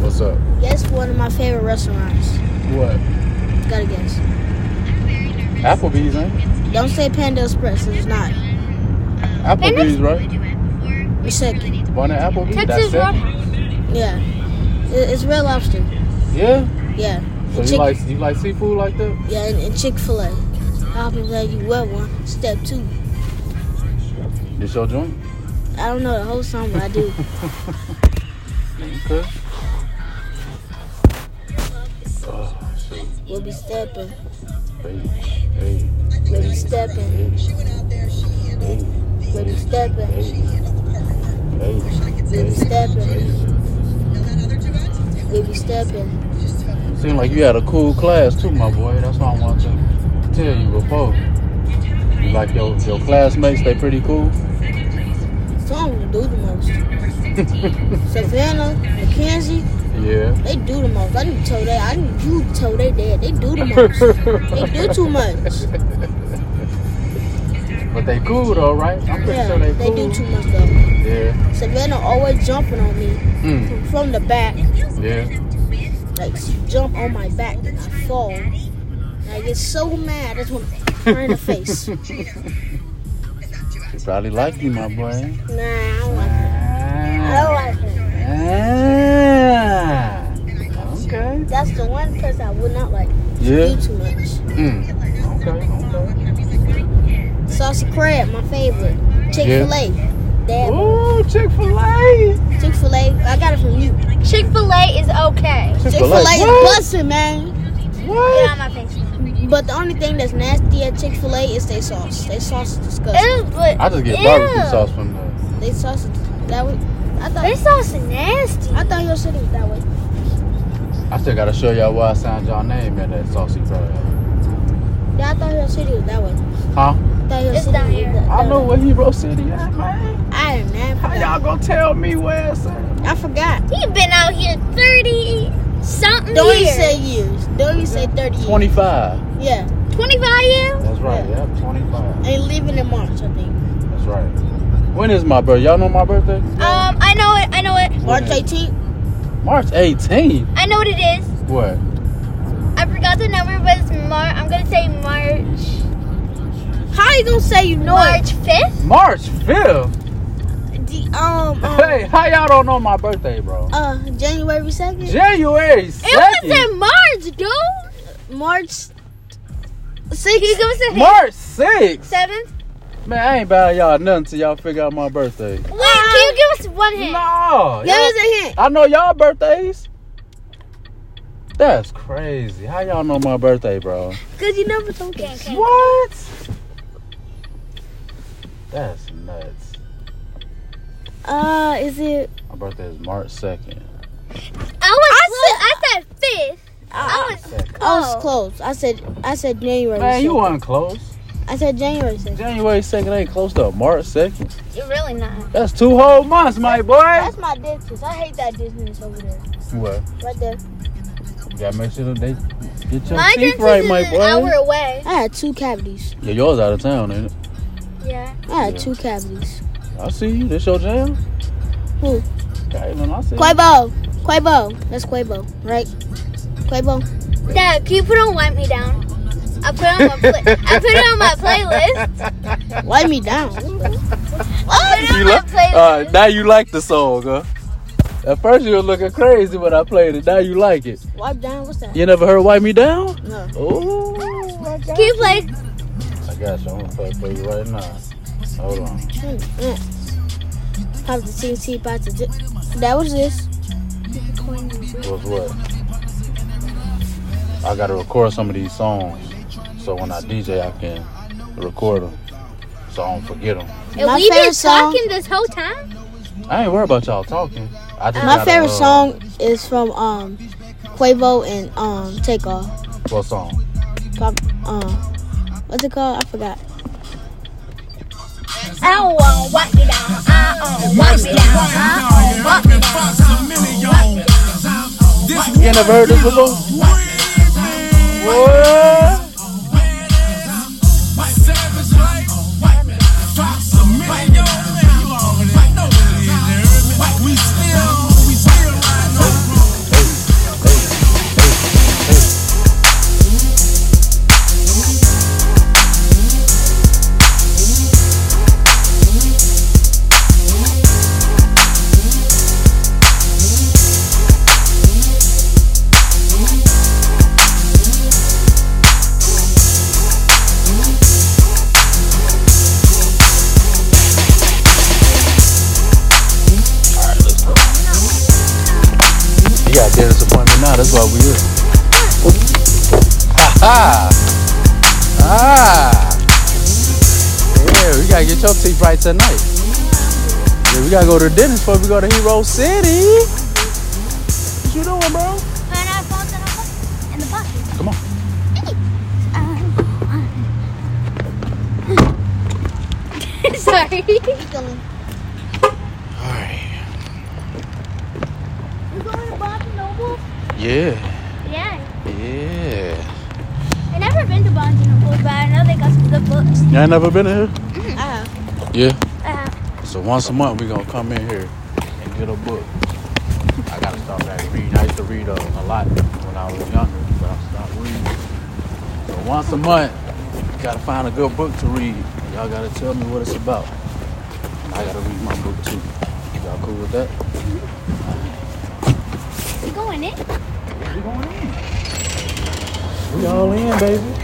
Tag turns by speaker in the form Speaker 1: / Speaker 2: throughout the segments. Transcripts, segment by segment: Speaker 1: What's up?
Speaker 2: Guess one of my favorite restaurants.
Speaker 1: What?
Speaker 2: Gotta guess.
Speaker 1: Applebee's, ain't?
Speaker 2: Don't say Panda Express. It's not.
Speaker 1: it? Applebee's, right?
Speaker 2: It's second.
Speaker 1: One at Applebee's.
Speaker 3: Texas
Speaker 1: That's it.
Speaker 3: Roadhouse.
Speaker 2: Yeah. It- It's Red Lobster.
Speaker 1: Yeah.
Speaker 2: Yeah.
Speaker 1: So
Speaker 2: And
Speaker 1: you
Speaker 2: chick-
Speaker 1: like you like seafood like that?
Speaker 2: yeah, and, and Chick Fil A. I'll be glad you wet one. Step two.
Speaker 1: It's your joint.
Speaker 2: I don't know the whole song, but I do.
Speaker 1: Okay. Oh, shoot.
Speaker 2: we'll be stepping.
Speaker 1: Hey, hey,
Speaker 2: We'll be stepping.
Speaker 1: hey, hey,
Speaker 2: We'll be stepping.
Speaker 1: hey,
Speaker 2: We'll be
Speaker 1: hey.
Speaker 2: stepping. We'll be stepping.
Speaker 1: Seemed like you had a cool class too, my boy. That's what I wanted to tell you before. You like your your classmates? They pretty cool.
Speaker 2: Some of them do the most. Savannah, Mackenzie,
Speaker 1: Yeah.
Speaker 2: they do the most. I didn't tell they. I didn't you tell they dad. They do the most. they do too much.
Speaker 1: But they cool though, right? I'm pretty
Speaker 2: Yeah,
Speaker 1: sure they
Speaker 2: they
Speaker 1: cool.
Speaker 2: do too much though.
Speaker 1: Yeah.
Speaker 2: Savannah always jumping on me
Speaker 1: Mm.
Speaker 2: from, from the back.
Speaker 1: Yeah.
Speaker 2: Like she jump on my back and I fall. And I get so mad. I just want to her in the face. nah,
Speaker 1: She probably like you, my boy.
Speaker 2: I don't
Speaker 1: Oh.
Speaker 2: like her. I don't like her.
Speaker 1: Ah. Okay.
Speaker 2: That's the one person I would not like.
Speaker 1: Yeah.
Speaker 2: Do too much.
Speaker 1: Mm. Okay.
Speaker 2: Saucy crab, my favorite. Chick Fil A.
Speaker 1: Okay.
Speaker 2: Dad,
Speaker 1: Ooh, Chick Fil A.
Speaker 2: Chick Fil A. I got it from you.
Speaker 3: Chick fil A is okay.
Speaker 2: Chick Fil A is busting, man.
Speaker 3: Get
Speaker 1: What?
Speaker 3: out my face.
Speaker 2: But the only thing that's nasty at Chick Fil A is they sauce. They sauce is
Speaker 1: Eh?
Speaker 2: disgusting.
Speaker 3: Ew, but-
Speaker 1: I just get
Speaker 3: Ew.
Speaker 1: barbecue sauce from the.
Speaker 2: They sauce is that way. I thought.
Speaker 3: This sauce is nasty.
Speaker 2: I thought your shit was that way.
Speaker 1: I still gotta show y'all why I signed y'all name in that saucy crab.
Speaker 2: Yeah, I thought your city was that way.
Speaker 1: Huh?
Speaker 2: I thought your
Speaker 3: It's
Speaker 2: city
Speaker 3: down
Speaker 2: was
Speaker 3: here.
Speaker 2: that-
Speaker 1: I
Speaker 2: that
Speaker 1: know
Speaker 2: way.
Speaker 1: where Hero City at, man.
Speaker 2: I didn't
Speaker 1: How
Speaker 2: have
Speaker 1: y'all gonna tell me where it's at?
Speaker 2: I forgot.
Speaker 3: He been out here 30 something
Speaker 2: Don't you
Speaker 3: years.
Speaker 2: say years. Don't you say 30 years.
Speaker 1: 25.
Speaker 2: Yeah.
Speaker 3: 25 years?
Speaker 1: That's right, yeah,
Speaker 2: Yeah.
Speaker 1: 25.
Speaker 2: And leaving in March, I think.
Speaker 1: That's right. When is my birthday? Y'all know my birthday?
Speaker 3: Um, I know it. I know it.
Speaker 2: March
Speaker 1: Yeah.
Speaker 2: 18th.
Speaker 1: March 18th.
Speaker 3: I know what it is.
Speaker 1: What?
Speaker 3: I forgot the number, but it's March. I'm gonna say March.
Speaker 2: How you gonna say you know
Speaker 3: March 5th.
Speaker 1: March 5th?
Speaker 2: it? The, um, um,
Speaker 1: Hey, how y'all don't know my birthday, bro?
Speaker 2: uh, January 2nd?
Speaker 1: January
Speaker 3: It
Speaker 1: 2nd.
Speaker 3: was in March, dude.
Speaker 2: March
Speaker 3: He
Speaker 2: 6th?
Speaker 3: goes to
Speaker 1: March 6th.
Speaker 3: seventh.
Speaker 1: Man, I ain't buying y'all nothing till y'all figure out my birthday.
Speaker 3: Wait, can you give us one hint?
Speaker 1: No.
Speaker 2: Give us a hint.
Speaker 1: I know y'all birthdays. That's crazy. How y'all know my birthday, bro?
Speaker 3: Cause you never told okay, okay.
Speaker 1: What? That's nuts.
Speaker 2: Uh, is it?
Speaker 1: My birthday is March 2nd.
Speaker 3: I was. I said, I said fifth. I was.
Speaker 2: I was
Speaker 3: Oh.
Speaker 2: close. I said, I said January.
Speaker 1: Man, you
Speaker 2: 2nd.
Speaker 1: weren't close.
Speaker 2: I said January 2nd.
Speaker 1: January 2nd ain't close to March 2nd.
Speaker 3: You're really not.
Speaker 1: That's two whole months, my boy.
Speaker 2: That's my dentist. I hate that dentist over there.
Speaker 1: What?
Speaker 2: Right there.
Speaker 1: You gotta make sure that they get your
Speaker 3: My
Speaker 1: teeth
Speaker 3: dentist
Speaker 1: right,
Speaker 3: is
Speaker 1: my
Speaker 3: an
Speaker 1: boy.
Speaker 3: hour away.
Speaker 2: I had two cavities.
Speaker 1: Yeah, yours out of town, ain't it?
Speaker 3: Yeah.
Speaker 2: I had
Speaker 1: Yeah.
Speaker 2: two cavities.
Speaker 1: I see you. This your jam?
Speaker 2: Who?
Speaker 1: Caitlin, I see you.
Speaker 2: Quavo. Quavo. That's Quavo, right? Quavo.
Speaker 3: Dad, can you put on "Wipe Me Down"? I put it on my. Pla- I put it on my playlist.
Speaker 2: Wipe me down.
Speaker 3: I put it
Speaker 1: You
Speaker 3: on my
Speaker 1: like-
Speaker 3: playlist.
Speaker 1: uh, now you like the song, huh? At first you were looking crazy when I played it. Now you like it.
Speaker 2: Wipe down. What's that?
Speaker 1: You never heard "Wipe Me Down"?
Speaker 2: No.
Speaker 1: Oh,
Speaker 3: Can you
Speaker 1: I
Speaker 3: play?
Speaker 1: got you. I'm gonna play it for you right now. Hold on.
Speaker 2: Mm, mm. Pop the CNC, pop the. j- That was this.
Speaker 1: What's what? I gotta record some of these songs, so when I DJ, I can record them, so I don't forget them.
Speaker 3: If
Speaker 2: My
Speaker 3: we been
Speaker 2: favorite song-
Speaker 3: talking this whole time.
Speaker 1: I ain't worried about y'all talking. I just
Speaker 2: My
Speaker 1: gotta,
Speaker 2: favorite
Speaker 1: uh,
Speaker 2: song is from um Quavo and um Takeoff.
Speaker 1: What song?
Speaker 2: Pop, um, what's it called? I forgot.
Speaker 3: I don't want wipe me down. I don't wipe me down. I don't wipe me down.
Speaker 1: You ain't never heard this before? What? Hey, You got dentist appointment now. That's why we here. Ha ha. Ah. Yeah, we gotta get your teeth right tonight. Yeah, we gotta go to the dentist before we go to Hero City. What you doing, bro?
Speaker 3: And I found that I'm in the pocket.
Speaker 1: Come on.
Speaker 3: Sorry.
Speaker 2: Killing.
Speaker 1: All right.
Speaker 3: We're going to Barnes and Noble?
Speaker 1: Yeah.
Speaker 3: Yeah.
Speaker 1: Yeah.
Speaker 3: I never been to Barnes and Noble, but I know they got some good books.
Speaker 1: You ain't never been in here?
Speaker 2: Ah,
Speaker 1: Yeah.
Speaker 3: Uh,
Speaker 1: So once a month we gonna come in here and get a book. I gotta start back reading. I used to read a, a lot when I was younger, but I stopped reading. So once a month, you gotta find a good book to read. Y'all gotta tell me what it's about. I gotta read my book too. Y'all cool with that?
Speaker 3: you going in?
Speaker 1: We going in. We all in, baby.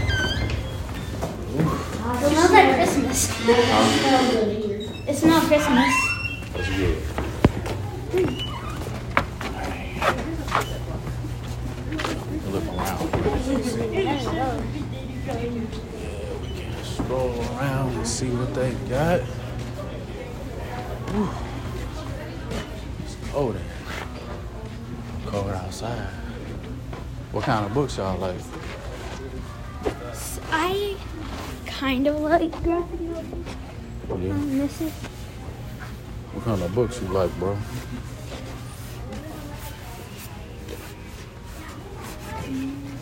Speaker 3: It smells like Christmas. It smells Christmas.
Speaker 1: That's good. Look around. Stroll around and see what they got. Whew. It's cold in here. Cold outside. What kind of books y'all like?
Speaker 3: I kind of like graphic novels.
Speaker 1: Oh, Yeah.
Speaker 3: Um, this is
Speaker 1: What kind of books you like, bro?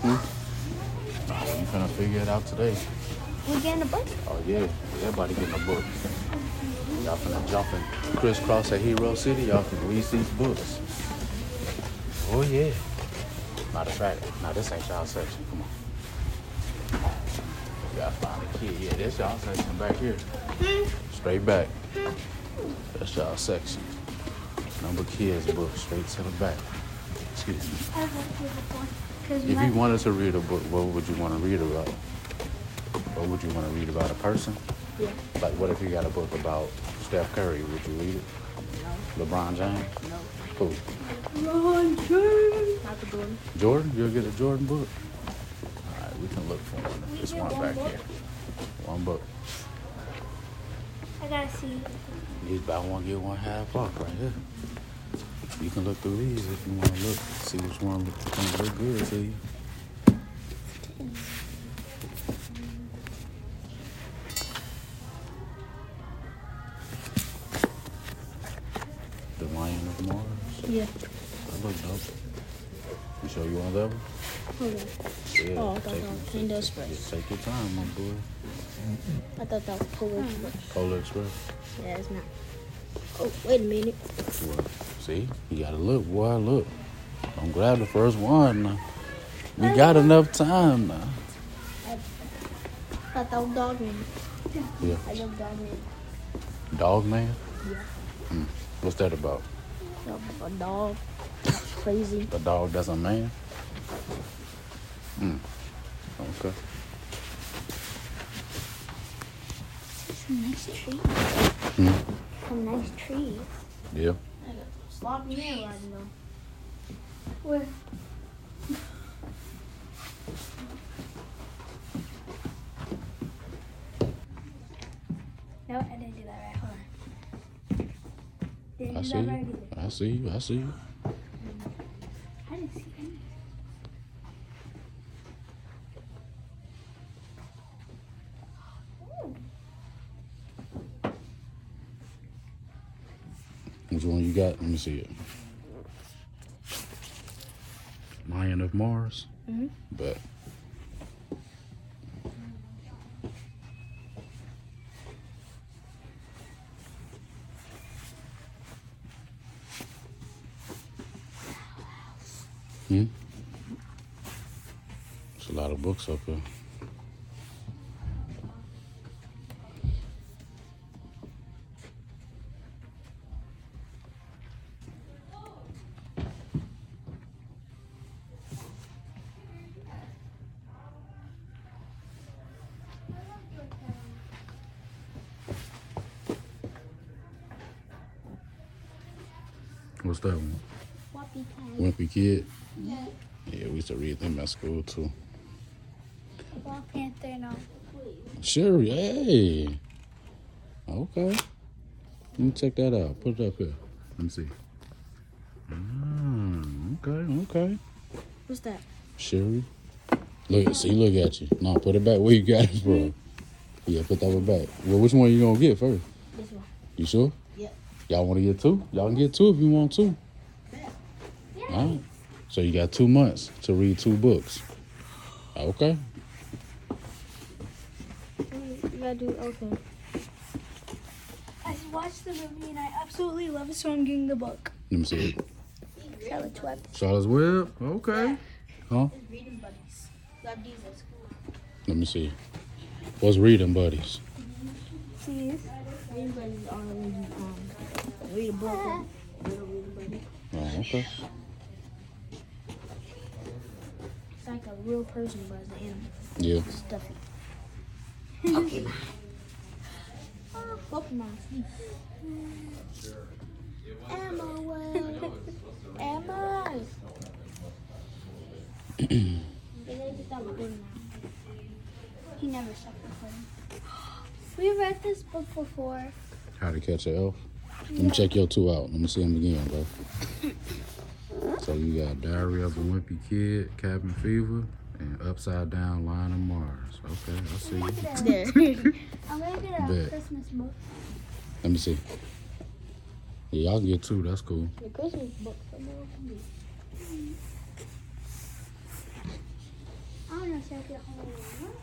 Speaker 1: Hmm? Oh, you gonna figure it out today.
Speaker 3: we getting a book.
Speaker 1: Oh yeah, everybody getting a book. Y'all finna jump and crisscross at Hero City. Y'all can read these books. Oh yeah. Matter of fact, now this ain't y'all section. Come on. You gotta find a kid. Yeah, this y'all section back here. Straight back. That's y'all section. Number kids book straight to the back. Excuse me.
Speaker 3: I've read it before. Cause
Speaker 1: If
Speaker 3: my,
Speaker 1: you wanted to read a book, what would you want to read about? What would you want to read about a person?
Speaker 2: Yeah.
Speaker 1: Like, what if you got a book about Steph Curry? Would you read it? No. LeBron James? No. Who?
Speaker 2: not the door.
Speaker 1: Jordan? You'll get a Jordan book? All right, we can look for one. There's one back here. One book.
Speaker 3: I gotta see.
Speaker 1: These buy one, get one half off right here. You can look through these if you want to look. See which one look, one look good to you. The Lion of Mars.
Speaker 2: Yeah.
Speaker 1: That look dope. You sure you want that one?
Speaker 2: Hold on.
Speaker 1: Yeah.
Speaker 2: Oh, I thought that was
Speaker 1: take,
Speaker 2: Panda
Speaker 1: your-
Speaker 2: Express.
Speaker 1: take your time, my boy.
Speaker 2: I thought that was Polar Express.
Speaker 1: Polar Express.
Speaker 2: Yeah, it's not. Oh, wait a minute.
Speaker 1: Well, see, you gotta look, boy. Look, I'm glad the first one. Now. We got enough time now.
Speaker 2: I thought that was dog name.
Speaker 1: Yeah,
Speaker 2: I love dog name.
Speaker 1: dog man. Hmm, What's that about?
Speaker 2: That was a dog. That's crazy.
Speaker 1: A dog that's a man. Hmm. Okay.
Speaker 3: Some nice trees. Some nice trees.
Speaker 1: Mm. Yeah.
Speaker 2: Slop me in right now.
Speaker 3: Where? No, I didn't do that right. Hold on. Didn't
Speaker 1: I
Speaker 3: do
Speaker 1: see
Speaker 3: that right
Speaker 1: you.
Speaker 3: either.
Speaker 1: I see you. I see you.
Speaker 3: I didn't see any.
Speaker 1: Which one you got? Let me see it. Lion of Mars.
Speaker 2: Mhm.
Speaker 1: But Hmm? There's a lot of books up here.
Speaker 3: What
Speaker 1: Wimpy Kid. Yeah, we used to read them at school too.
Speaker 4: Black Panther and all.
Speaker 1: Sherry, hey. Okay. Let me check that out. Put it up here. Let me see. Mm, okay, okay.
Speaker 2: What's that?
Speaker 1: Sherry. Look, see, look at you. No, put it back where you got it from. Yeah, put that one back. Well, which one you gonna get first?
Speaker 2: This one.
Speaker 1: You sure?
Speaker 2: Yeah.
Speaker 1: Y'all want to get two? Y'all can get two if you want two. All right. So you got two months to read two books. Okay.
Speaker 4: You gotta do okay. I watched the movie and I absolutely love it, so I'm getting the book.
Speaker 1: Let me see.
Speaker 4: Charlotte's Web.
Speaker 1: Charlotte's Web. Okay. Huh?
Speaker 2: Reading buddies. Got these at school.
Speaker 1: Let me see. What's reading buddies?
Speaker 4: Please.
Speaker 2: Reading buddies are when you um read a book. Read a reading buddy.
Speaker 1: Oh, okay.
Speaker 2: It's like a real person, but it's an animal.
Speaker 1: Yeah.
Speaker 2: Stuffy.
Speaker 4: Pokemon. Emma, Emma. He never stopped recording. We read this book before.
Speaker 1: How to catch an elf. Let me check your two out. Let me see them again, bro. So you got Diary of a Wimpy Kid, Cabin Fever, and Upside Down Line of Mars. Okay, I see you.
Speaker 2: There.
Speaker 4: I'm gonna get a
Speaker 1: Bet.
Speaker 4: Christmas book.
Speaker 1: Let me see. Yeah, y'all can get two. That's cool.
Speaker 2: the Christmas book.
Speaker 4: I don't know if I get home.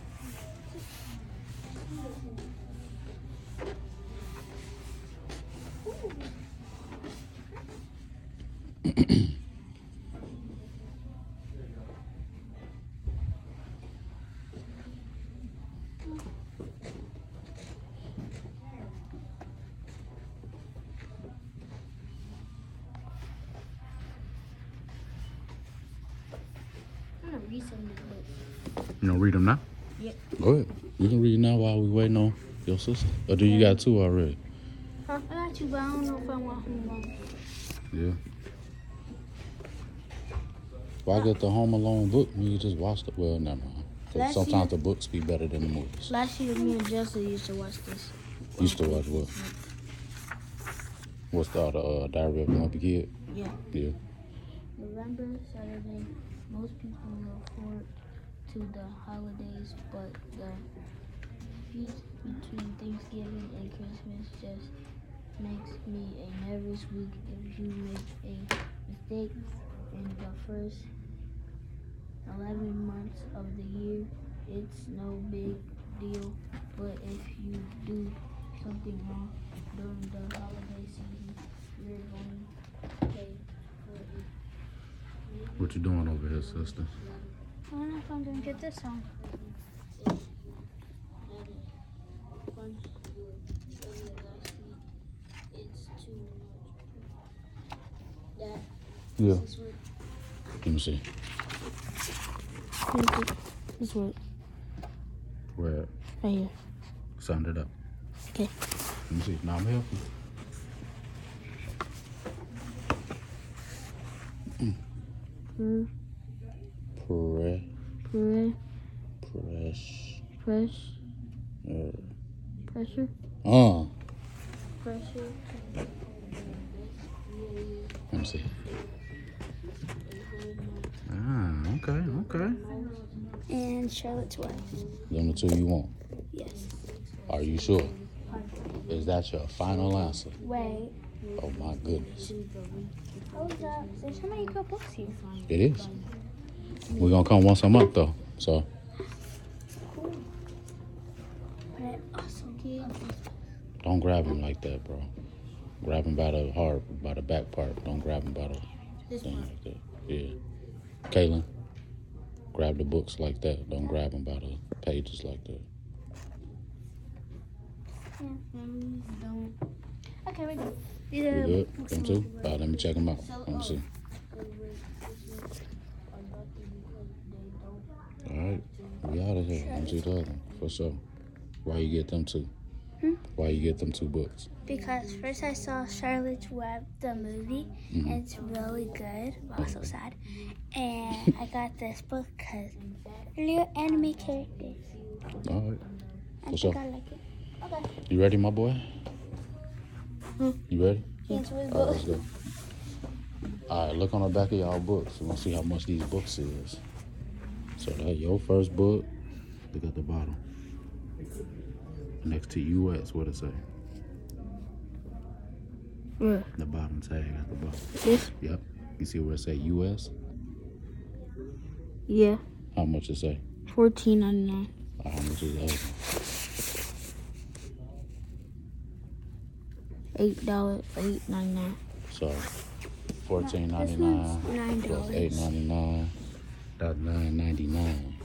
Speaker 2: I'm gonna read some of this book.
Speaker 1: You know, read them now.
Speaker 2: Yep.
Speaker 1: Go ahead. You can read now while we waiting on your sister. Or do you got two already?
Speaker 4: Huh? I got you, but I don't know if I want home alone.
Speaker 1: Yeah. Why get the Home Alone book when you just watch the? Well, never mind. 'Cause
Speaker 2: Last
Speaker 1: sometimes the books be better than the movies.
Speaker 2: Last year, me and Justin used to watch this.
Speaker 1: Used to watch what? What's the uh, Diary of a Wimpy Kid?
Speaker 2: Yeah.
Speaker 1: Yeah.
Speaker 2: November, Saturday, most people look forward to the holidays, but the feast between Thanksgiving and Christmas just makes me a nervous week if you make a mistake in the first 11 months of the year. It's no big deal, but if you do something wrong during the holiday season, you're going to pay for it.
Speaker 1: What you doing over here, sister?
Speaker 4: I don't know if I'm gonna get this home.
Speaker 1: Yeah. Let me see.
Speaker 2: This one
Speaker 1: Where?
Speaker 2: right here.
Speaker 1: Sound it up.
Speaker 2: Okay.
Speaker 1: Let me see. Now I'm helping.
Speaker 2: Per,
Speaker 1: Pre-
Speaker 2: per,
Speaker 1: press.
Speaker 2: press,
Speaker 1: Uh,
Speaker 2: pressure,
Speaker 1: uh.
Speaker 2: pressure.
Speaker 1: Let me see. Ah, okay, okay.
Speaker 4: And Charlotte's Web.
Speaker 1: Them the two you want.
Speaker 4: Yes.
Speaker 1: Are you sure? Is that your final answer?
Speaker 4: Wait.
Speaker 1: Oh my goodness.
Speaker 4: Hold up. There's how many good books here.
Speaker 1: It is. We're gonna come once a month though. So
Speaker 4: But I also did.
Speaker 1: don't grab him like that, bro. Grab him by the heart, by the back part. Don't grab him by the
Speaker 2: This
Speaker 1: thing
Speaker 2: one.
Speaker 1: like that. Yeah. Kaylin, grab the books like that. Don't grab them by the pages like that.
Speaker 2: Memories don't.
Speaker 4: Okay, we're good. These
Speaker 1: You
Speaker 4: are the
Speaker 1: good? Them two? All right, let me check them out. Let me see. All right, we out of here. Let me see the other one for sure. Why you get them two?
Speaker 4: Hmm?
Speaker 1: Why you get them two books?
Speaker 4: Because first I saw Charlotte's Web, the movie,
Speaker 1: Mm-hmm.
Speaker 4: and it's really good, but also sad. And I got this book because new anime characters.
Speaker 1: All right.
Speaker 4: I
Speaker 1: For
Speaker 4: think
Speaker 1: sure.
Speaker 4: I like it.
Speaker 1: You ready, my boy? You ready?
Speaker 4: Yes, we
Speaker 1: All right,
Speaker 4: will.
Speaker 1: let's go. All right, look on the back of y'all books. We're gonna see how much these books is. So that your first book. Look at the bottom. Next to U.S. What it say?
Speaker 2: Where?
Speaker 1: The bottom tag at the bottom.
Speaker 2: This?
Speaker 1: Yep. You see where it say U.S.
Speaker 2: Yeah.
Speaker 1: How much it say?
Speaker 2: Fourteen ninety nine.
Speaker 1: How much is that?
Speaker 2: Eight dollar eight ninety nine.
Speaker 1: So fourteen ninety nine
Speaker 4: $9.
Speaker 1: plus uh, eight ninety nine. That's nine ninety nine.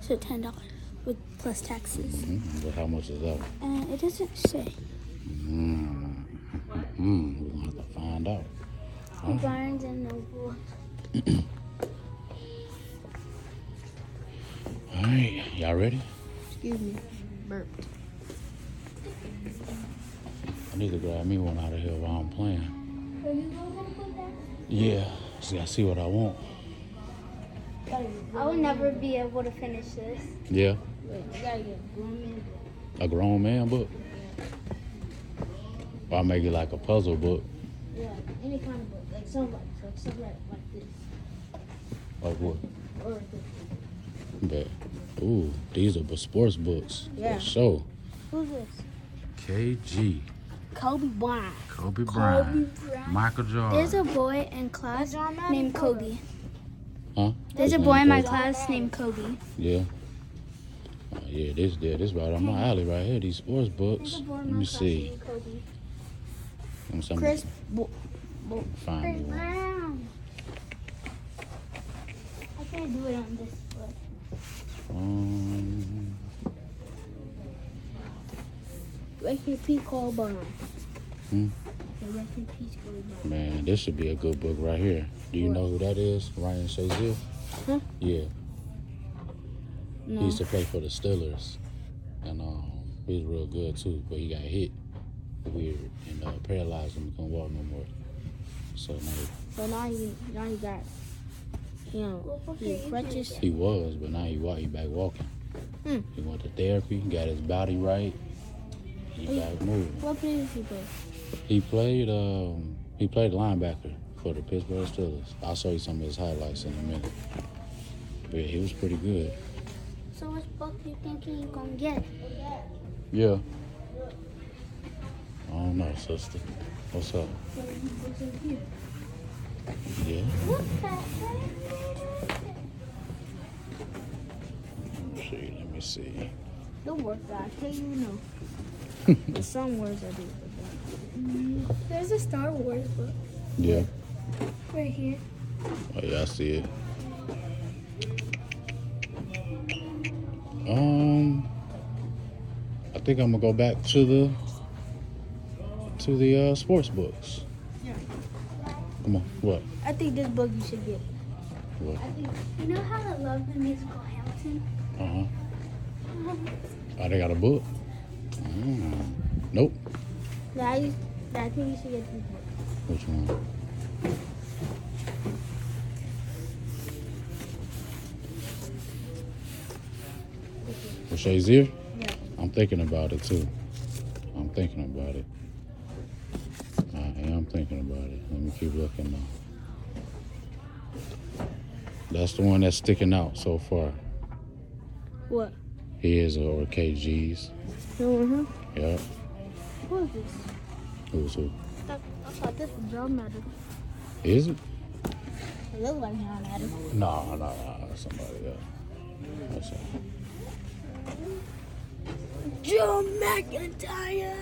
Speaker 4: So ten dollars with plus taxes.
Speaker 1: Mm-hmm. But how much is that?
Speaker 4: And it doesn't say.
Speaker 1: Mm. Mm. We're gonna have to find out. Uh-huh.
Speaker 4: Barnes and Noble.
Speaker 1: All right, y'all ready?
Speaker 2: Excuse me. Burped.
Speaker 1: I need to grab me one out of here while I'm playing.
Speaker 4: Are you going to put that?
Speaker 1: Yeah, see, I see what I want.
Speaker 4: I will never be able to finish this.
Speaker 1: Yeah,
Speaker 2: Wait, I gotta get grooming.
Speaker 1: a grown man book. Or I make it like a puzzle book,
Speaker 2: Yeah, any kind of book. Like some like like some like, like this.
Speaker 1: like what?
Speaker 2: Or this.
Speaker 1: But ooh, these are sports books.
Speaker 2: Yeah.
Speaker 1: For sure.
Speaker 2: Who's this?
Speaker 1: KG.
Speaker 2: Kobe Bryant.
Speaker 1: Kobe Bryant, Michael Jordan.
Speaker 4: There's a boy in class named Kobe.
Speaker 1: huh? His
Speaker 4: There's a
Speaker 1: name
Speaker 4: boy in my
Speaker 1: Kobe.
Speaker 4: class named Kobe.
Speaker 1: Yeah. Oh, yeah, this yeah, this right on my alley right here. These sports books. Let me see. Let me see.
Speaker 4: Chris
Speaker 1: Bo-
Speaker 4: Bo-
Speaker 1: Find me one.
Speaker 4: Brown. I can't do it on this foot.
Speaker 1: Um,
Speaker 2: Rest in peace, Kobe Bryant.
Speaker 1: Hmm?
Speaker 2: Rest in peace, Kobe Bryant.
Speaker 1: man, this should be a good book right here. Do you know who that is? Ryan Shazier?
Speaker 2: Huh?
Speaker 1: Yeah. He
Speaker 2: No.
Speaker 1: used to play for the Steelers, and um, he was real good too. But he got hit weird and uh, paralyzed and couldn't walk no more. So now
Speaker 2: So now you now you got you know his crutches.
Speaker 1: he was, but now he walk. He back walking.
Speaker 2: Hmm.
Speaker 1: He went to therapy. Got his body right. He back moving.
Speaker 2: What plays he play?
Speaker 1: He played. Um, he played linebacker for the Pittsburgh Steelers. I'll show you some of his highlights in a minute. But he was pretty good.
Speaker 4: So which book do you think you gonna get?
Speaker 1: Yeah. I don't know, sister. What's up? Yeah.
Speaker 4: Look at that.
Speaker 1: Let me see. Let me see.
Speaker 2: The words that I tell you no. But some words I do.
Speaker 4: There's a Star Wars book
Speaker 1: Yeah.
Speaker 4: right here.
Speaker 1: Oh yeah, I see it. Um, I think I'm gonna go back to the to the uh, sports books.
Speaker 2: Yeah.
Speaker 1: Come on. What?
Speaker 2: I think this book you should get.
Speaker 1: What?
Speaker 4: You know how I love the musical Hamilton?
Speaker 1: Uh huh.
Speaker 2: Uh-huh.
Speaker 1: Oh, they got a book. Mm. Nope.
Speaker 2: That I, used- that I think you should get this book.
Speaker 1: Which one? For Shazier?
Speaker 2: Yeah.
Speaker 1: I'm thinking about it too. I'm thinking about it. I am thinking about it. Let me keep looking now. That's the one that's sticking out so far.
Speaker 2: What?
Speaker 1: His or KG's.
Speaker 2: Mm-hmm.
Speaker 1: Yep.
Speaker 2: Who is this?
Speaker 1: Who's who?
Speaker 2: I, I thought this was John Madden.
Speaker 1: Is it?
Speaker 2: It looked like John Madden.
Speaker 1: No, no, no. That's somebody else. That's all.
Speaker 2: Joe McIntyre.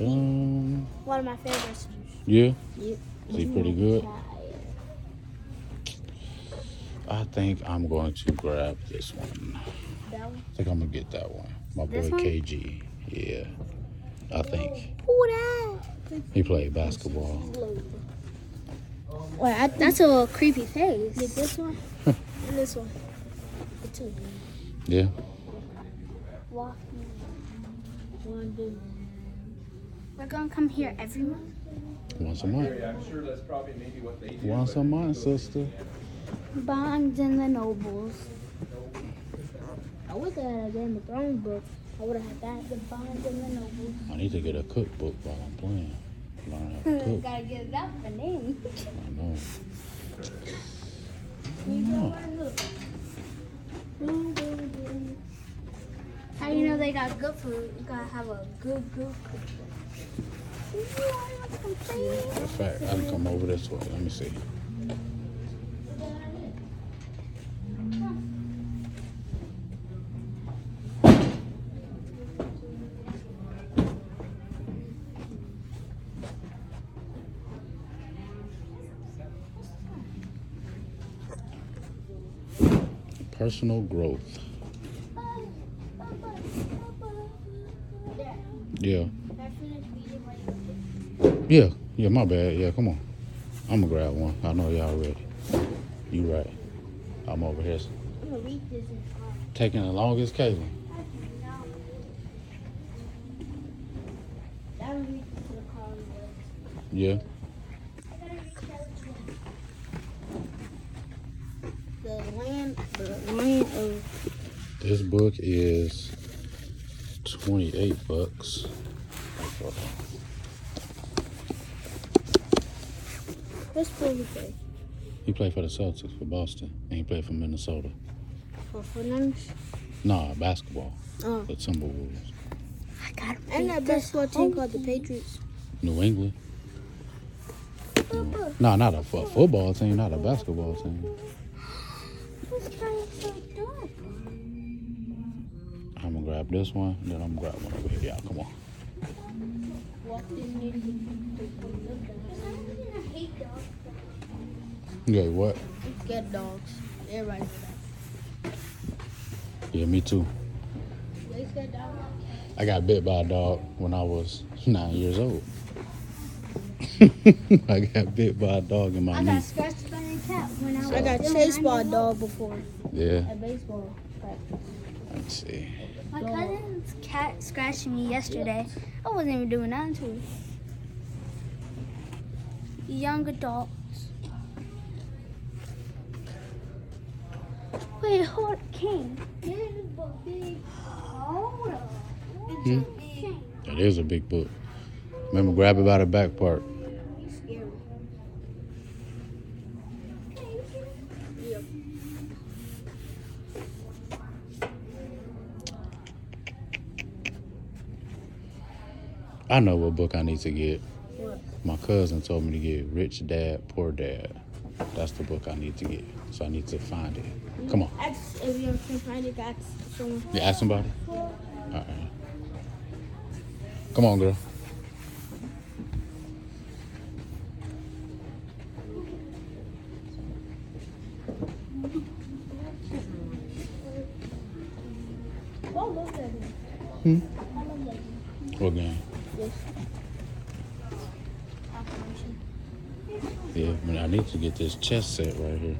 Speaker 1: Um,
Speaker 4: One of my favorites.
Speaker 1: yeah.
Speaker 2: Yep.
Speaker 1: Is he pretty good? I think I'm going to grab this one.
Speaker 2: That one?
Speaker 1: I think I'm gonna get that one. My boy
Speaker 2: This one?
Speaker 1: KG. Yeah. I think
Speaker 4: Who that?
Speaker 1: he played basketball.
Speaker 4: Wait, I, that's a little creepy face.
Speaker 2: Get this one. and this one. The two.
Speaker 1: Yeah.
Speaker 4: walking.
Speaker 2: Wonderland.
Speaker 4: We're gonna come here every month.
Speaker 1: Once a month.
Speaker 5: I'm sure that's probably maybe what they do.
Speaker 1: Once a month, sister.
Speaker 4: Bonds and the Nobles.
Speaker 2: I wish I had a Game of Thrones book. I would have had that. The Bonds and the Nobles.
Speaker 1: I need to get a cookbook while I'm playing. Learn how to cook.
Speaker 4: Gotta get that for name.
Speaker 1: I know. I know.
Speaker 4: How do you know they got good food? You gotta have a good, good food.
Speaker 1: In fact, I can come over this way. Let me see. Personal growth. Yeah. Yeah, yeah, my bad. Yeah, come on. I'm gonna grab one. I know y'all ready. You right. I'm over here
Speaker 2: I'm gonna read this in
Speaker 1: taking the longest, Caitlin.
Speaker 2: I don't read this in the car.
Speaker 1: Yeah.
Speaker 2: The land, the land of
Speaker 1: This book is 28 bucks. Hold on.
Speaker 2: this play
Speaker 1: He played for the Celtics for Boston, and he played for Minnesota.
Speaker 2: for Fernandes.
Speaker 1: Nah, basketball.
Speaker 2: Oh.
Speaker 1: The Timberwolves.
Speaker 4: I gotta
Speaker 2: And that basketball team called the Patriots.
Speaker 1: New England. No, not a fo- football team, not a basketball team.
Speaker 4: This guy's so dark.
Speaker 1: I'm gonna grab this one, then I'm gonna grab one over here. Y'all, come on.
Speaker 2: Walked in there.
Speaker 1: Yeah, what?
Speaker 2: Get dogs. Everybody get dogs.
Speaker 1: Yeah, me too.
Speaker 2: They get dogs.
Speaker 1: I got bit by a dog when I was nine years old. I got bit by a dog in my
Speaker 4: I
Speaker 1: knee.
Speaker 4: got scratched by a cat when I was
Speaker 2: I got
Speaker 4: still
Speaker 2: chased
Speaker 4: nine
Speaker 2: by a
Speaker 4: years
Speaker 2: dog before.
Speaker 1: Yeah,
Speaker 2: At baseball practice.
Speaker 1: let's see.
Speaker 4: old. My cousin's cat scratched me yesterday. I wasn't even doing nothing to it. Young adults. Wait, hold King. This is a big hold up.
Speaker 1: Hmm? It is a big book. Remember, grab it by the back part.
Speaker 2: Scary. Yep.
Speaker 1: I know what book I need to get.
Speaker 2: What?
Speaker 1: My cousin told me to get Rich Dad, Poor Dad. That's the book I need to get. So I need to find it. Come on.
Speaker 2: Ask if you can find it. Ask someone.
Speaker 1: You ask somebody? All right. Come on, girl.
Speaker 2: Oh, look at him.
Speaker 1: Hmm? What game?
Speaker 2: Yes.
Speaker 1: Yeah, I, mean, I need to get this chess set right here.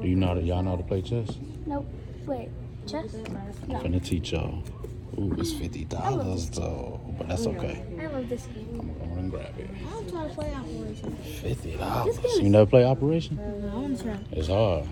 Speaker 1: Do you know how to, y'all know how to play chess?
Speaker 4: Nope. Wait. Chess?
Speaker 1: I'm finna teach y'all. Ooh, it's fifty dollars though, but that's okay.
Speaker 4: I love this
Speaker 1: I'm
Speaker 4: game.
Speaker 1: gonna go on and grab it.
Speaker 2: I don't try to play out for
Speaker 1: Fifty dollars. You never play Operation?
Speaker 2: I want to try.
Speaker 1: It's hard.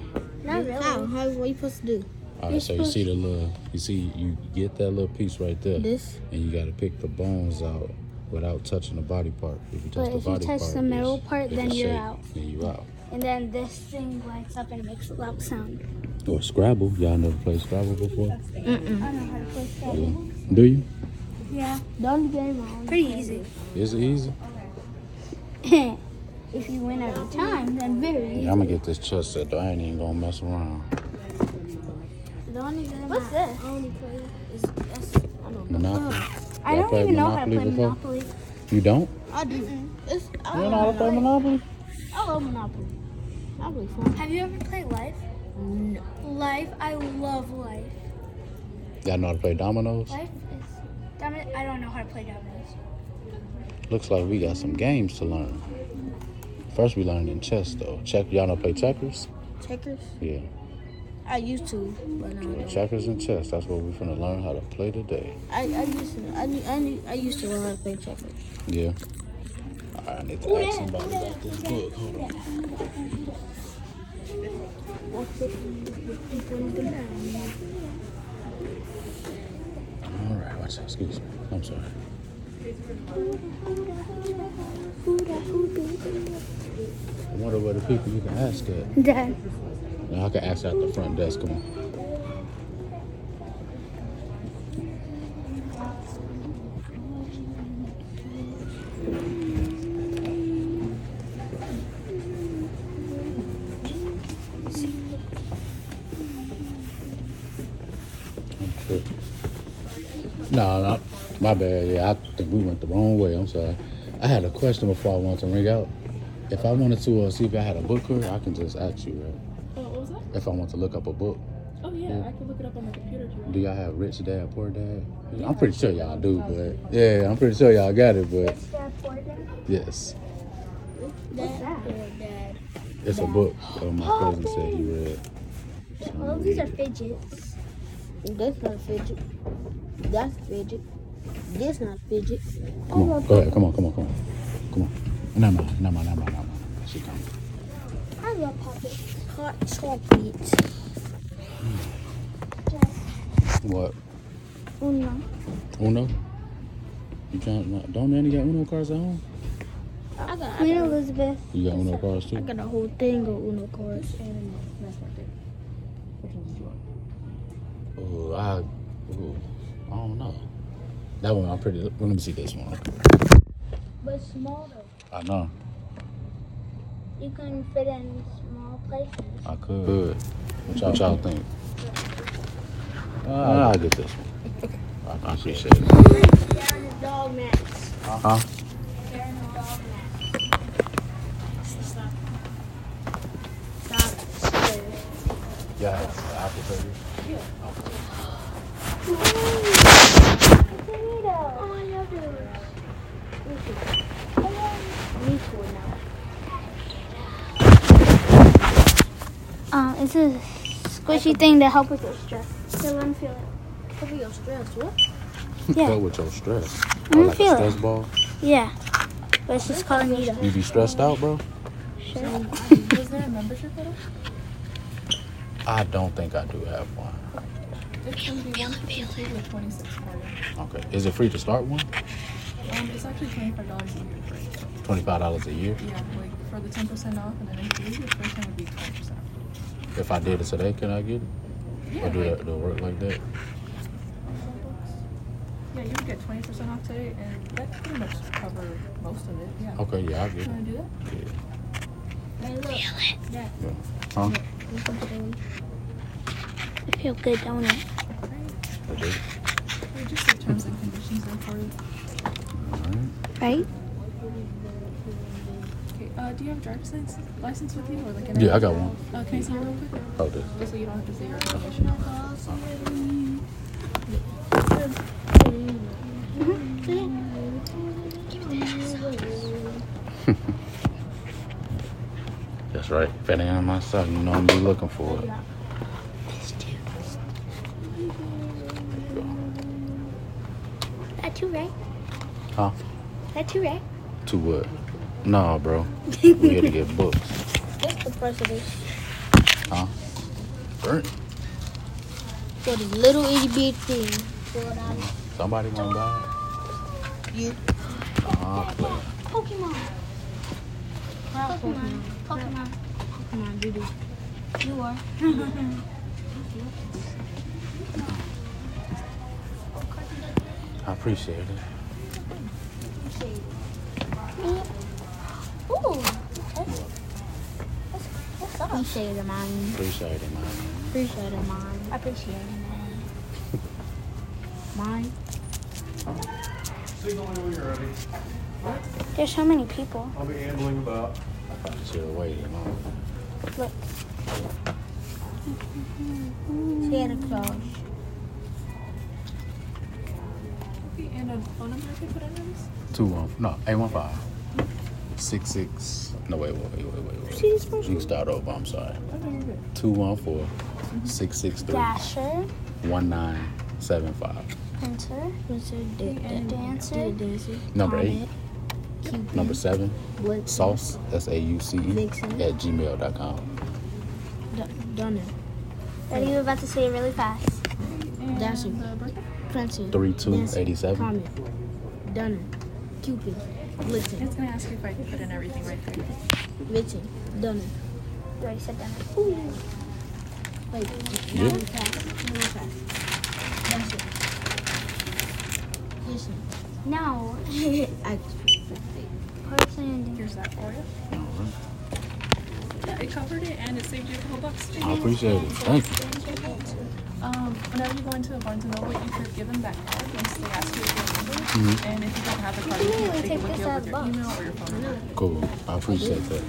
Speaker 4: Not really.
Speaker 2: How? How? What you supposed to do?
Speaker 1: All right, so you see the little, you see, you get that little piece right there, and
Speaker 2: This?
Speaker 1: you gotta pick the bones out without touching the body part. If you touch
Speaker 4: But
Speaker 1: the
Speaker 4: if you
Speaker 1: body
Speaker 4: touch
Speaker 1: part,
Speaker 4: the middle
Speaker 1: it's-
Speaker 4: part,
Speaker 1: it's a
Speaker 4: then you're
Speaker 1: shape.
Speaker 4: out.
Speaker 1: Then you out.
Speaker 4: And then this thing lights up and makes a loud sound.
Speaker 1: Or Scrabble. Y'all never played Scrabble before?
Speaker 4: I know how to play
Speaker 1: Yeah.
Speaker 4: Scrabble.
Speaker 1: Do you?
Speaker 4: Yeah.
Speaker 2: The only game I
Speaker 4: Pretty easy.
Speaker 1: Is it easy?
Speaker 4: if you win every time, then very easy.
Speaker 1: Yeah, I'm gonna get this chess set though. I ain't even gonna mess around.
Speaker 4: The only game
Speaker 2: What's
Speaker 4: I,
Speaker 2: this? only play is that's I don't
Speaker 1: Monopoly.
Speaker 4: I
Speaker 1: Y'all
Speaker 4: don't
Speaker 1: played
Speaker 4: even know how to play
Speaker 1: before?
Speaker 4: Monopoly.
Speaker 1: You don't?
Speaker 2: I do. It's I
Speaker 1: You
Speaker 2: don't
Speaker 1: don't know how to play Monopoly?
Speaker 2: I love Monopoly. Monopoly fun.
Speaker 4: Have you ever played Life?
Speaker 2: No.
Speaker 4: Life, I love Life.
Speaker 1: Y'all know how to play dominoes?
Speaker 4: Life is. Domino- I don't know how to play dominoes.
Speaker 1: Looks like we got some games to learn. First, we learned in chess though. Check. Y'all know how to play checkers?
Speaker 2: Checkers.
Speaker 1: Yeah.
Speaker 2: I used to, but now I don't.
Speaker 1: Checkers and chess. That's what we're finna learn how to play today.
Speaker 2: I, I used to. I, knew- I, knew- I used to learn how to play checkers.
Speaker 1: Yeah. All right, I need to ask somebody about this book. Hold on. All right, watch out. Excuse me. I'm sorry. I wonder where the people you can ask at.
Speaker 4: Dad.
Speaker 1: Now I can ask out the front desk. Come on. I'm sure. No, no, my bad. Yeah, I think we went the wrong way. I'm sorry. I had a question before I wanted to ring out. If I wanted to uh, see if I had a book here, I can just ask you, right?
Speaker 6: Oh, what was that?
Speaker 1: If I want to look up a book,
Speaker 6: Oh yeah, I can look it up on my computer if you want.
Speaker 1: do y'all have rich dad, poor dad? I'm pretty sure y'all do, but yeah, I'm pretty sure y'all got it, but yes,
Speaker 4: Dad.
Speaker 1: it's a book. Uh, my cousin said he read. So I'm
Speaker 4: Oh,
Speaker 1: gonna
Speaker 4: these
Speaker 1: read
Speaker 4: are
Speaker 1: it.
Speaker 4: fidgets.
Speaker 2: That's not fidget. That's fidget. This not fidget.
Speaker 1: Come on, go ahead. Come on, come on, come on, come on. Never mind, never mind, never mind, never mind. She coming.
Speaker 4: I love puppets.
Speaker 2: Hot chocolate.
Speaker 1: What?
Speaker 4: Uno.
Speaker 1: Uno? You can't. Don't Manny got Uno cards at home?
Speaker 2: I got,
Speaker 4: Queen Elizabeth.
Speaker 1: You got Uno cards
Speaker 2: I
Speaker 1: too?
Speaker 2: got a whole thing of Uno cards.
Speaker 1: Oh, I, ooh, I don't know. That one, I'm pretty. Let me see this one.
Speaker 4: But small though.
Speaker 1: I know.
Speaker 4: You can fit in small places.
Speaker 1: I could. Good. What y'all, y'all think? Uh, I'll get this one. I appreciate it. Uh-huh.
Speaker 4: Dog mats.
Speaker 1: Huh? Yeah, it's the apple flavor.
Speaker 4: Oh, I love those. Me too now. Um, it's a squishy thing to help with your stress. Here, let me feel it.
Speaker 2: Cover your stress, what?
Speaker 4: Yeah.
Speaker 1: That with your stress.
Speaker 4: I
Speaker 1: Or
Speaker 4: don't
Speaker 1: like
Speaker 4: feel
Speaker 1: a
Speaker 4: it.
Speaker 1: stress ball.
Speaker 4: Yeah. But it's just called Nita.
Speaker 1: You be stressed out, bro?
Speaker 6: Um, Is there a membership at all?
Speaker 1: I don't think I do have one.
Speaker 6: It's gonna be one fifty-two with twenty-six dollars.
Speaker 1: Okay. Is it free to start one?
Speaker 6: Um, it's actually twenty-five dollars a year for it.
Speaker 1: Twenty-five dollars a year.
Speaker 6: Yeah, like for the ten percent off, and then I believe the first one would be twelve percent.
Speaker 1: If I did it today, can I get it?
Speaker 6: Yeah,
Speaker 1: Or do
Speaker 6: like,
Speaker 1: that? Do it work like that?
Speaker 6: yeah, you would get twenty percent off today, and that pretty much cover most of it. Yeah.
Speaker 1: Okay. Yeah, I get
Speaker 6: You wanna
Speaker 1: it.
Speaker 6: do that?
Speaker 1: Yeah.
Speaker 4: I feel good, don't it?
Speaker 1: I do.
Speaker 6: We just the terms and conditions there for you.
Speaker 1: All right.
Speaker 4: Right?
Speaker 6: Okay. Uh, do you have a driver's license, license with you, or like an?
Speaker 1: Yeah, I got one.
Speaker 6: Uh, can I see it real quick?
Speaker 1: Oh, this.
Speaker 6: Just so you don't have to say your information.
Speaker 1: That's right. If it ain't on my sock, you know I'm be looking for it.
Speaker 4: That too, right?
Speaker 1: Huh?
Speaker 4: That too, right?
Speaker 1: To what? Nah, bro. We here to get books.
Speaker 2: What's the price of this?
Speaker 1: Huh? Burnt.
Speaker 2: For this little itty bitty thing.
Speaker 1: Somebody gonna buy
Speaker 2: You.
Speaker 1: it. Nah, play.
Speaker 4: Pokemon. Pokemon. Pokemon.
Speaker 2: Come on, do this.
Speaker 4: You are.
Speaker 1: I appreciate it.
Speaker 4: Ooh.
Speaker 2: Appreciate it, man.
Speaker 1: Appreciate it, man.
Speaker 2: Appreciate it, man.
Speaker 4: I appreciate it.
Speaker 2: Mine.
Speaker 5: Signal me when you're ready.
Speaker 4: There's so many people.
Speaker 5: I'll be ambling about.
Speaker 1: Still waiting. huh?
Speaker 2: Santa Claus.
Speaker 6: Okay, and a phone number I could put under this?
Speaker 1: Two one. No, eight one five. six six. No wait, wait, wait, wait, wait. wait. You can start over. I'm sorry.
Speaker 6: Okay, you're good.
Speaker 1: 214 663
Speaker 4: Dasher,
Speaker 1: 1975.
Speaker 4: Pinter,
Speaker 2: Wizard, the,
Speaker 4: Dancer,
Speaker 2: dancer,
Speaker 1: Number eight.
Speaker 2: Cupid,
Speaker 1: Number seven.
Speaker 2: Blitz,
Speaker 1: Sauce, S A U C E,
Speaker 2: Vixen.
Speaker 1: at gmail.com.
Speaker 2: Dun- Dunner,
Speaker 4: What are you about to say really fast?
Speaker 2: Dasher, Prancer, Dancer,
Speaker 1: 3287.
Speaker 2: Comet, Dunner, Cupid, Blitzen,
Speaker 6: It's gonna ask you if I can put in everything right there.
Speaker 2: Vixen, Dunner.
Speaker 4: You already said Dasher.
Speaker 2: Wait,
Speaker 1: Yeah.
Speaker 2: one pass, one pass. Dasher. Jason,
Speaker 4: No.
Speaker 2: I
Speaker 4: Person.
Speaker 6: Here's that for you.
Speaker 1: Alright.
Speaker 6: Yeah, it covered it and it saved you a couple bucks.
Speaker 1: I appreciate it. Thank you.
Speaker 6: Um, whenever you go into Barnes and Noble, if you're given that card, once they ask you for your number, and if you don't have the card, you can take it with you with your email or your phone number.
Speaker 1: Cool. I appreciate that.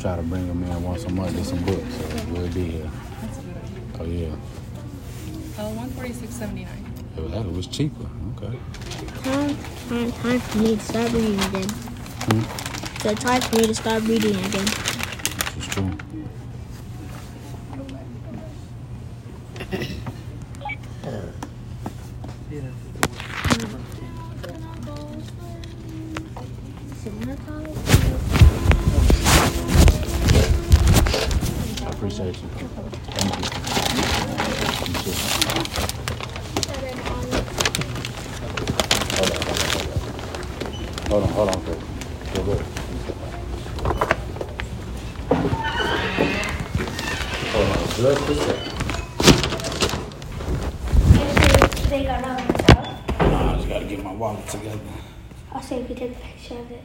Speaker 1: Try to bring them in once a month, get some books. So we'll be here.
Speaker 6: That's a good idea.
Speaker 1: Oh, yeah.
Speaker 6: Uh, one forty-six seventy-nine.
Speaker 1: It was, it was cheaper. Okay.
Speaker 2: time, time, time for me to start reading again. So time for me to start reading again.
Speaker 1: It's true. I appreciate you. Thank you. Appreciate you. Hold on, hold on, hold on. Go look. Hold on, just a second.
Speaker 4: They got nothing, so
Speaker 1: Nah, I just gotta get my wallet together.
Speaker 4: I'll say if you take a picture of it.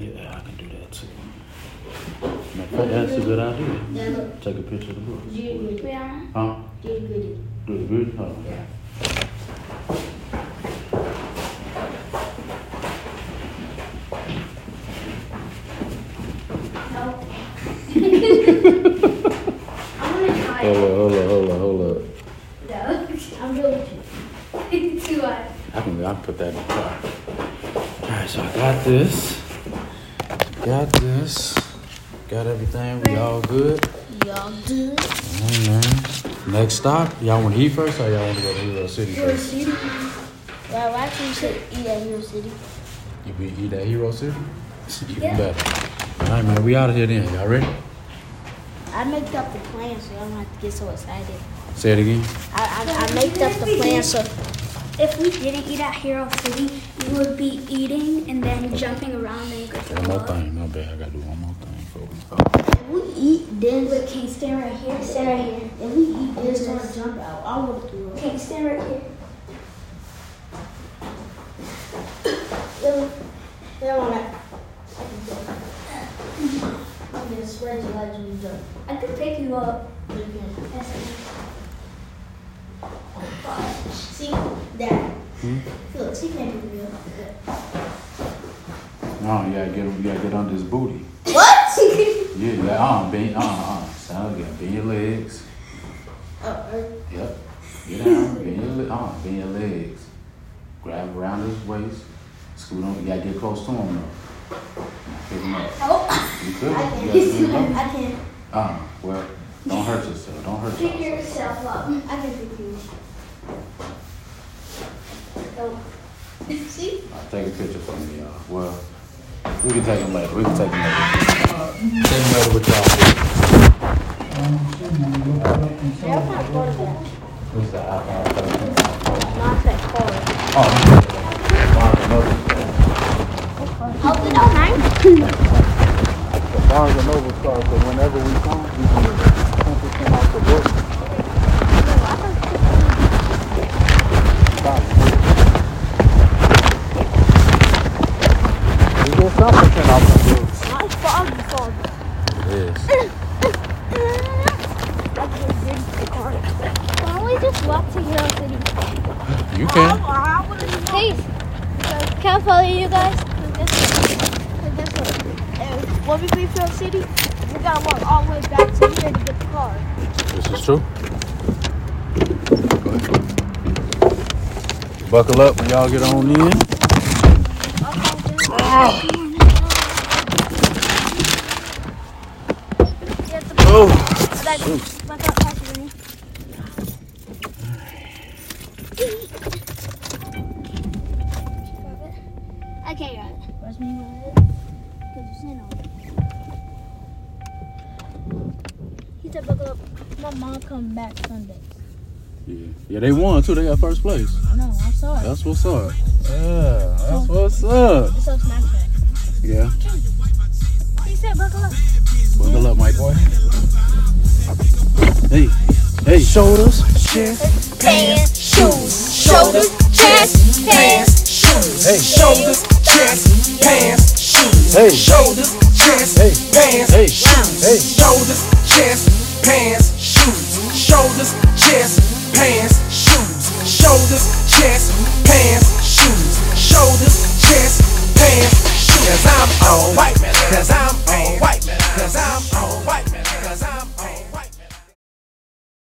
Speaker 1: Yeah, I can do that too. That's a good idea. Take a picture of the book.
Speaker 4: Yeah.
Speaker 1: Huh? Do the good? Oh, okay.
Speaker 4: I'm gonna try
Speaker 1: Hold up, hold up, hold up, hold up.
Speaker 4: though. I'm going to. Too hot.
Speaker 1: I can, I can put that in the car. Alright, so I got this. Got this. Got everything. We all good?
Speaker 2: Y'all good?
Speaker 1: Hey, man. Next stop, y'all want to eat first or y'all want to go to Hero City first?
Speaker 2: Well, I actually should eat at Hill City.
Speaker 1: You be eat at Hero City? Even better. Alright, man, we out of here then. Y'all ready?
Speaker 2: I made up the plan so I don't have to get so excited.
Speaker 1: Say it again.
Speaker 2: I, I, I made up the plan so
Speaker 4: If we didn't eat at Hero City, we would be eating and then jumping around and go to
Speaker 1: One
Speaker 4: the
Speaker 1: more
Speaker 4: wall.
Speaker 1: thing. My bad. I got to do one more thing before we go.
Speaker 2: we eat this.
Speaker 4: Wait, can you stand right here? Stand right here.
Speaker 2: If we eat this, we'll jump out. I want to do it.
Speaker 4: Can you stand right here?
Speaker 2: Yeah, yeah, all "Ah." right. I can do it. I'm gonna swear to God you jump.
Speaker 4: I could pick you up.
Speaker 2: You can.
Speaker 4: That's
Speaker 2: See that? Look, she can't do it.
Speaker 1: No, you got to get, you gotta get under his booty.
Speaker 2: What?
Speaker 1: Yeah, you got, uh, bend, uh, uh. Sound good. Bend your legs.
Speaker 2: oh,
Speaker 1: Yep. Get down, bend your, le- uh, bend your legs. Grab around his waist. Scoot on. You gotta get close to him though. Now Pick him up. You could.
Speaker 2: Oh, I
Speaker 1: You
Speaker 2: can't.
Speaker 1: gotta do it.
Speaker 2: I can't.
Speaker 1: Uh, well, don't hurt yourself. Don't hurt
Speaker 2: Pick
Speaker 1: yourself.
Speaker 2: yourself up. I can pick you. Oh. See?
Speaker 1: I'll take a picture for me, y'all. Well, we can take them later. We can take them later. Take them later with y'all.
Speaker 2: I'm not going to that.
Speaker 1: Who's the iPhone 13?
Speaker 2: Not that far.
Speaker 1: Oh,
Speaker 4: Hope you don't mind.
Speaker 1: the Barnes and Noble store, so whenever we come, we can ten percent off the book. Stop. We get some percent off the books. Yes.
Speaker 4: Why don't we just walk to Hero City?
Speaker 1: You can.
Speaker 4: Please. Can I follow you guys? Guess what?
Speaker 2: When we leave Hill City, we gotta walk all the way back to here to get the car.
Speaker 1: This is true. Go ahead. Buckle up when y'all get on in.
Speaker 2: Okay.
Speaker 7: Oh,
Speaker 3: I can't grab it.
Speaker 8: Where's me? Where?
Speaker 3: Because it's in on it. He said, buckle up.
Speaker 8: My mom come back Sunday.
Speaker 7: yeah. yeah, they won too. They got first place.
Speaker 8: I know, I saw it.
Speaker 7: That's what's up. Yeah, that's what's up.
Speaker 8: It's on Snapchat.
Speaker 7: Yeah,
Speaker 3: He said, buckle up.
Speaker 7: buckle up, my boy. Hey, hey, shoulders, chest,
Speaker 9: Pants, shoes, shoulders, chest, pants, shoes.
Speaker 7: hey,
Speaker 9: Shoulders, chest, pants, shoes.
Speaker 7: hey,
Speaker 9: Shoulders, chest,
Speaker 7: Hey.
Speaker 9: pants,
Speaker 7: Hey.
Speaker 9: shoes.
Speaker 7: Hey.
Speaker 9: Shoulders, chest, pants, shoes. Shoulders, chest, pants, shoes. Shoulders, chest, pants, shoes. Shoulders, chest, pants, shoes. Cause I'm all white, man. Cause I'm